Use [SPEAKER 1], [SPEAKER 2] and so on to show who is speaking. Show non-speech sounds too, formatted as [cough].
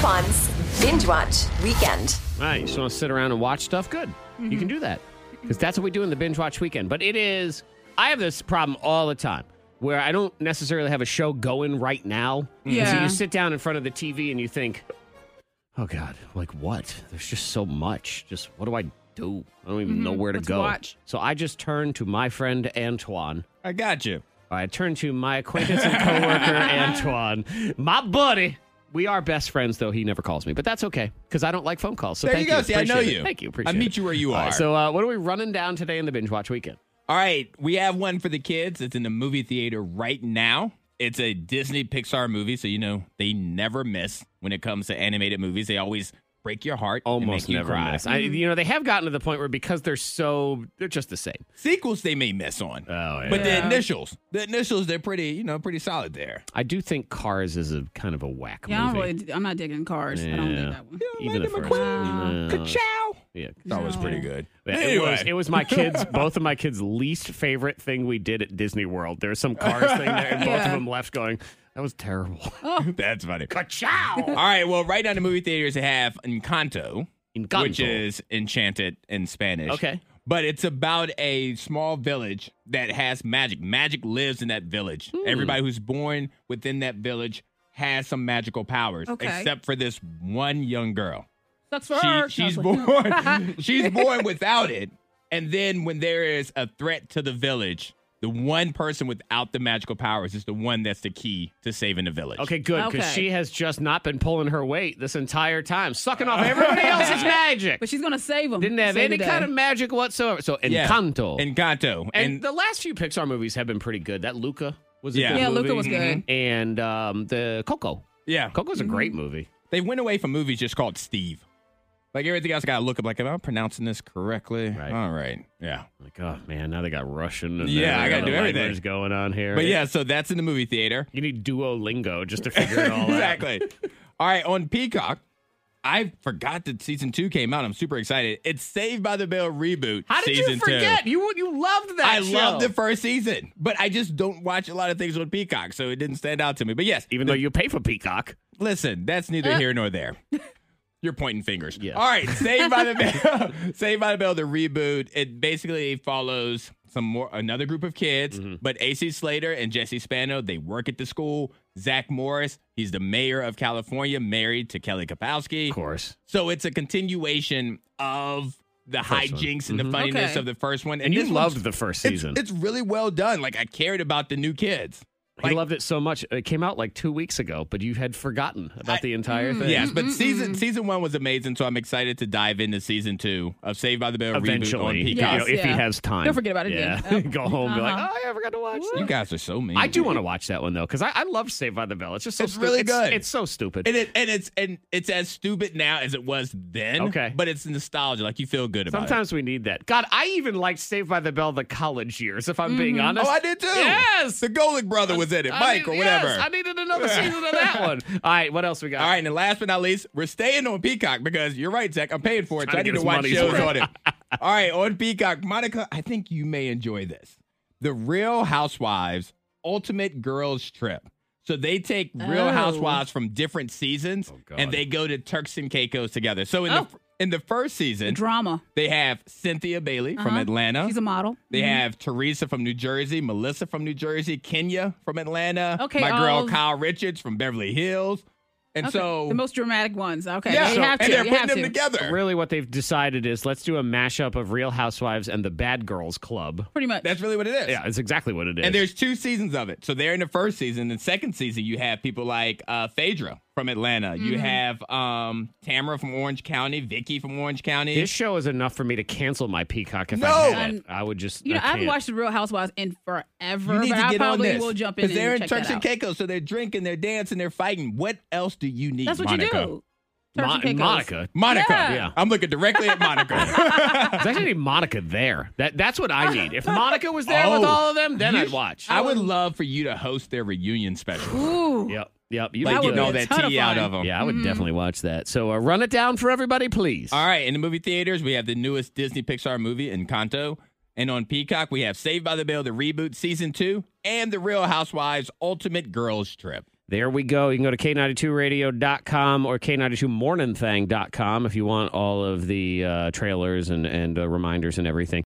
[SPEAKER 1] Fonz Binge Watch Weekend.
[SPEAKER 2] Right, you just want to sit around and watch stuff? Good. You
[SPEAKER 3] Mm-hmm.
[SPEAKER 2] can do that because that's what we do in the binge watch weekend. But it is, I have this problem all the time where I don't necessarily have a show going right now. And So
[SPEAKER 3] Yeah.
[SPEAKER 2] you sit down in front of the TV and you think, oh God, like what? There's just so much. Just what do I do? I don't even know where to
[SPEAKER 3] Let's
[SPEAKER 2] go.
[SPEAKER 3] Mm-hmm. watch.
[SPEAKER 2] So I just turn to my friend Antoine.
[SPEAKER 4] I got you.
[SPEAKER 2] I turn to my acquaintance and
[SPEAKER 4] [laughs]
[SPEAKER 2] coworker Antoine, my buddy. We are best friends, though he never calls me, but that's okay because I don't like phone calls. So
[SPEAKER 4] There
[SPEAKER 2] thank
[SPEAKER 4] you go. See, I
[SPEAKER 2] Appreciate
[SPEAKER 4] know
[SPEAKER 2] it.
[SPEAKER 4] you.
[SPEAKER 2] Thank you.
[SPEAKER 4] I
[SPEAKER 2] Appreciate
[SPEAKER 4] meet
[SPEAKER 2] it.
[SPEAKER 4] you where you
[SPEAKER 2] All right,
[SPEAKER 4] are.
[SPEAKER 2] so, uh, what are we running down today in the binge watch weekend?
[SPEAKER 4] All right, we have one for the kids. It's in the movie theater right now. It's a Disney Pixar movie, so you know they never miss when it comes to animated movies. They always break your heart, and
[SPEAKER 2] Almost
[SPEAKER 4] make you
[SPEAKER 2] never
[SPEAKER 4] cry.
[SPEAKER 2] miss. I, you know, they have gotten to the point where because they're so, they're just the same.
[SPEAKER 4] Sequels they may miss on,
[SPEAKER 2] Oh, yeah.
[SPEAKER 4] but the
[SPEAKER 3] Yeah.
[SPEAKER 4] initials, the initials, they're pretty, you know, pretty solid there.
[SPEAKER 2] I do think Cars is a kind of a whack
[SPEAKER 3] Yeah, I don't
[SPEAKER 2] movie.
[SPEAKER 3] really, I'm not digging cars. I don't
[SPEAKER 2] Yeah.
[SPEAKER 3] dig that one.
[SPEAKER 2] Even the
[SPEAKER 4] Lightning
[SPEAKER 2] first
[SPEAKER 4] McQueen.
[SPEAKER 2] one. Uh,
[SPEAKER 4] Ka-chow.
[SPEAKER 2] yeah.
[SPEAKER 4] That was pretty good.
[SPEAKER 2] Yeah, it, was, it was my
[SPEAKER 4] [laughs]
[SPEAKER 2] kids, both of my kids' least favorite thing we did at Disney World. There was some Cars thing
[SPEAKER 3] [laughs]
[SPEAKER 2] there, and both of
[SPEAKER 3] Yeah.
[SPEAKER 2] them left going, that was terrible.
[SPEAKER 3] [laughs]
[SPEAKER 4] [laughs] That's funny. All
[SPEAKER 2] Ciao.
[SPEAKER 4] right, well, right now in the movie theaters they have Encanto,
[SPEAKER 2] Encanto.
[SPEAKER 4] which is Enchanted in Spanish.
[SPEAKER 2] Okay.
[SPEAKER 4] But it's about a small village that has magic. Magic lives in that village.
[SPEAKER 2] Hmm.
[SPEAKER 4] Everybody who's born within that village has some magical powers,
[SPEAKER 3] Okay.
[SPEAKER 4] except for this one young girl.
[SPEAKER 3] Sucks for
[SPEAKER 4] She,
[SPEAKER 3] her.
[SPEAKER 4] she's
[SPEAKER 3] Sounds like-
[SPEAKER 2] [laughs]
[SPEAKER 4] born. she's born without it. And then when there is a threat to the village, the one person without the magical powers is the one that's the key to saving the village.
[SPEAKER 2] Okay, good, because
[SPEAKER 3] Okay.
[SPEAKER 2] she has just not been pulling her weight this entire time, sucking off everybody
[SPEAKER 3] [laughs]
[SPEAKER 2] else's magic.
[SPEAKER 3] But she's gonna save them.
[SPEAKER 2] Didn't have any kind of magic whatsoever. So
[SPEAKER 4] Yeah.
[SPEAKER 2] Encanto. And,
[SPEAKER 4] Encanto.
[SPEAKER 2] and the last few Pixar movies have been pretty good. That Luca was a
[SPEAKER 4] Yeah.
[SPEAKER 2] good
[SPEAKER 3] Yeah,
[SPEAKER 2] movie.
[SPEAKER 3] Luca was
[SPEAKER 4] Mm-hmm.
[SPEAKER 3] good.
[SPEAKER 2] And um, the Coco.
[SPEAKER 4] yeah.
[SPEAKER 2] Coco's
[SPEAKER 3] Mm-hmm.
[SPEAKER 2] a great movie.
[SPEAKER 4] they went away from movies just called Steve. Like everything else, I gotta look up. Like, am I pronouncing this correctly?
[SPEAKER 2] Right.
[SPEAKER 4] All right. Yeah.
[SPEAKER 2] Like, oh man, now they got Russian. And
[SPEAKER 4] Yeah,
[SPEAKER 2] every
[SPEAKER 4] I gotta
[SPEAKER 2] other
[SPEAKER 4] do everything.
[SPEAKER 2] language going on here.
[SPEAKER 4] But yeah, so that's in the movie theater.
[SPEAKER 2] you need Duolingo just to [laughs] figure it [laughs] all out.
[SPEAKER 4] exactly. All right. On Peacock, I forgot that season two came out. I'm super excited. It's Saved by the Bell reboot.
[SPEAKER 2] How did
[SPEAKER 4] season
[SPEAKER 2] you
[SPEAKER 4] two.
[SPEAKER 2] forget? You you loved that.
[SPEAKER 4] I
[SPEAKER 2] show.
[SPEAKER 4] loved the first season, but I just don't watch a lot of things on Peacock, so it didn't stand out to me. But yes,
[SPEAKER 2] Even though you pay for Peacock.
[SPEAKER 4] Listen, that's neither here nor there. You're pointing fingers.
[SPEAKER 2] Yes.
[SPEAKER 4] All right, Saved by the Bell. [laughs] Saved by the Bell, the reboot. It basically follows some more another group of kids,
[SPEAKER 2] Mm-hmm.
[SPEAKER 4] but AC Slater and Jesse Spano, they work at the school. Zach Morris, he's the mayor of California, married to Kelly Kapowski.
[SPEAKER 2] Of course.
[SPEAKER 4] So it's a continuation of the
[SPEAKER 2] first one. Mm-hmm.
[SPEAKER 4] hijinks and the funniness
[SPEAKER 3] Okay.
[SPEAKER 4] of the first one.
[SPEAKER 2] And you
[SPEAKER 4] this
[SPEAKER 2] loved
[SPEAKER 4] one's-
[SPEAKER 2] the first
[SPEAKER 4] it's-
[SPEAKER 2] season.
[SPEAKER 4] It's, really well done. Like I cared about the new kids.
[SPEAKER 2] I
[SPEAKER 4] like-
[SPEAKER 2] loved it so much. It came out like two weeks ago, but you had forgotten about
[SPEAKER 4] I-
[SPEAKER 2] the entire thing.
[SPEAKER 4] Yes, but season season one was amazing, so I'm excited to dive into season two of Saved by the Bell reboot on
[SPEAKER 2] Eventually, you
[SPEAKER 4] Peacock.
[SPEAKER 2] know, if he
[SPEAKER 3] yeah.
[SPEAKER 2] has time.
[SPEAKER 3] Don't forget about it
[SPEAKER 2] Yeah. [laughs]
[SPEAKER 3] again.
[SPEAKER 2] Go home and be like,
[SPEAKER 3] Uh-huh.
[SPEAKER 2] oh, yeah, I forgot to watch
[SPEAKER 4] You
[SPEAKER 2] that.
[SPEAKER 4] guys are so mean.
[SPEAKER 2] I do want to watch that one, though, because I, I love Saved by the Bell. It's just so
[SPEAKER 4] It's
[SPEAKER 2] stupid.
[SPEAKER 4] really good.
[SPEAKER 2] It's, so stupid.
[SPEAKER 4] And it and it's and it's as stupid now as it was then.
[SPEAKER 2] Okay.
[SPEAKER 4] but it's nostalgia. Like you feel good about
[SPEAKER 2] Sometimes we need that. God, I even liked Saved by the Bell the college years, if I'm being
[SPEAKER 4] it.
[SPEAKER 2] honest.
[SPEAKER 4] Oh, I did too.
[SPEAKER 2] Yes.
[SPEAKER 4] the Golic brother was in it,
[SPEAKER 2] I
[SPEAKER 4] Mike
[SPEAKER 2] need-
[SPEAKER 4] or whatever.
[SPEAKER 2] Yes, I needed another season of that one. [laughs] All right, what else we got?
[SPEAKER 4] All right, and then last but not least, we're staying on Peacock because you're right, Zach. I'm paying for it. So
[SPEAKER 2] Trying
[SPEAKER 4] I
[SPEAKER 2] to get
[SPEAKER 4] need to
[SPEAKER 2] his
[SPEAKER 4] watch
[SPEAKER 2] money's
[SPEAKER 4] shows
[SPEAKER 2] worth.
[SPEAKER 4] on it.
[SPEAKER 2] [laughs]
[SPEAKER 4] All right, on Peacock, Monica, I think you may enjoy this. The Real Housewives Ultimate Girls Trip. So they take Real
[SPEAKER 3] Oh.
[SPEAKER 4] Housewives from different seasons
[SPEAKER 2] Oh, God.
[SPEAKER 4] and they go to Turks and Caicos together. So in
[SPEAKER 3] Oh.
[SPEAKER 4] the in the first season,
[SPEAKER 3] drama.
[SPEAKER 4] they have Cynthia Bailey from
[SPEAKER 3] Uh-huh.
[SPEAKER 4] Atlanta.
[SPEAKER 3] She's a model.
[SPEAKER 4] They have Teresa from New Jersey, Melissa from New Jersey, Kenya from Atlanta.
[SPEAKER 3] Okay,
[SPEAKER 4] my girl
[SPEAKER 3] all-
[SPEAKER 4] Kyle Richards from Beverly Hills, and
[SPEAKER 3] Okay.
[SPEAKER 4] so
[SPEAKER 3] the most dramatic ones. Okay,
[SPEAKER 4] yeah,
[SPEAKER 3] you have to.
[SPEAKER 4] and they're
[SPEAKER 3] you
[SPEAKER 4] putting
[SPEAKER 3] have
[SPEAKER 4] them
[SPEAKER 3] to.
[SPEAKER 4] together.
[SPEAKER 2] Really, what they've decided is let's do a mashup of Real Housewives and the Bad Girls Club.
[SPEAKER 3] Pretty much.
[SPEAKER 4] That's really what it is.
[SPEAKER 2] Yeah, it's exactly what it is.
[SPEAKER 4] And there's two seasons of it. So they're in the first season. And second season, you have people like uh, Phaedra from Atlanta. You
[SPEAKER 3] Mm-hmm.
[SPEAKER 4] have um, Tamara from Orange County, Vicky from Orange County.
[SPEAKER 2] this show is enough for me to cancel my Peacock if I
[SPEAKER 4] No!
[SPEAKER 2] had it.
[SPEAKER 3] Um,
[SPEAKER 2] I would just.
[SPEAKER 3] you know,
[SPEAKER 2] I
[SPEAKER 3] I haven't
[SPEAKER 2] can't.
[SPEAKER 3] watched The Real Housewives in forever,
[SPEAKER 4] you
[SPEAKER 3] but
[SPEAKER 4] need to
[SPEAKER 3] I
[SPEAKER 4] get on
[SPEAKER 3] probably
[SPEAKER 4] this
[SPEAKER 3] will jump in.
[SPEAKER 4] because they're
[SPEAKER 3] and
[SPEAKER 4] in
[SPEAKER 3] check
[SPEAKER 4] Turks
[SPEAKER 3] that
[SPEAKER 4] and
[SPEAKER 3] out.
[SPEAKER 4] Caicos, so they're drinking, they're dancing, they're fighting. What else do you need?
[SPEAKER 3] That's what
[SPEAKER 4] Monica?
[SPEAKER 3] you do. Turks
[SPEAKER 2] Mon-
[SPEAKER 3] and Caicos.
[SPEAKER 2] Monica.
[SPEAKER 4] Monica.
[SPEAKER 3] Yeah.
[SPEAKER 2] Yeah.
[SPEAKER 4] I'm looking directly at
[SPEAKER 3] [laughs]
[SPEAKER 4] Monica.
[SPEAKER 2] There's actually
[SPEAKER 4] [laughs]
[SPEAKER 2] any Monica there. That that's what I need. If Monica was there with
[SPEAKER 4] Oh.
[SPEAKER 2] all of them, then
[SPEAKER 4] You
[SPEAKER 2] I'd
[SPEAKER 4] sh-
[SPEAKER 2] watch.
[SPEAKER 4] I would love for you to host their reunion special.
[SPEAKER 3] Ooh.
[SPEAKER 2] Yep. Yep. You
[SPEAKER 4] Like
[SPEAKER 2] would
[SPEAKER 3] That
[SPEAKER 4] getting
[SPEAKER 3] would
[SPEAKER 4] all
[SPEAKER 3] be a
[SPEAKER 4] that
[SPEAKER 3] ton of
[SPEAKER 4] tea out
[SPEAKER 3] fun.
[SPEAKER 4] of them.
[SPEAKER 2] Yeah, I
[SPEAKER 3] Mm-hmm.
[SPEAKER 2] would definitely watch that. So uh, run it down for everybody, please.
[SPEAKER 4] All right, in the movie theaters, we have the newest Disney Pixar movie, Encanto. And on Peacock, we have Saved by the Bell, the reboot, season two, and The Real Housewives Ultimate Girls Trip.
[SPEAKER 2] There we go. You can go to K92radio.com or K92morningthing.com if you want all of the uh, trailers and, and uh, reminders and everything.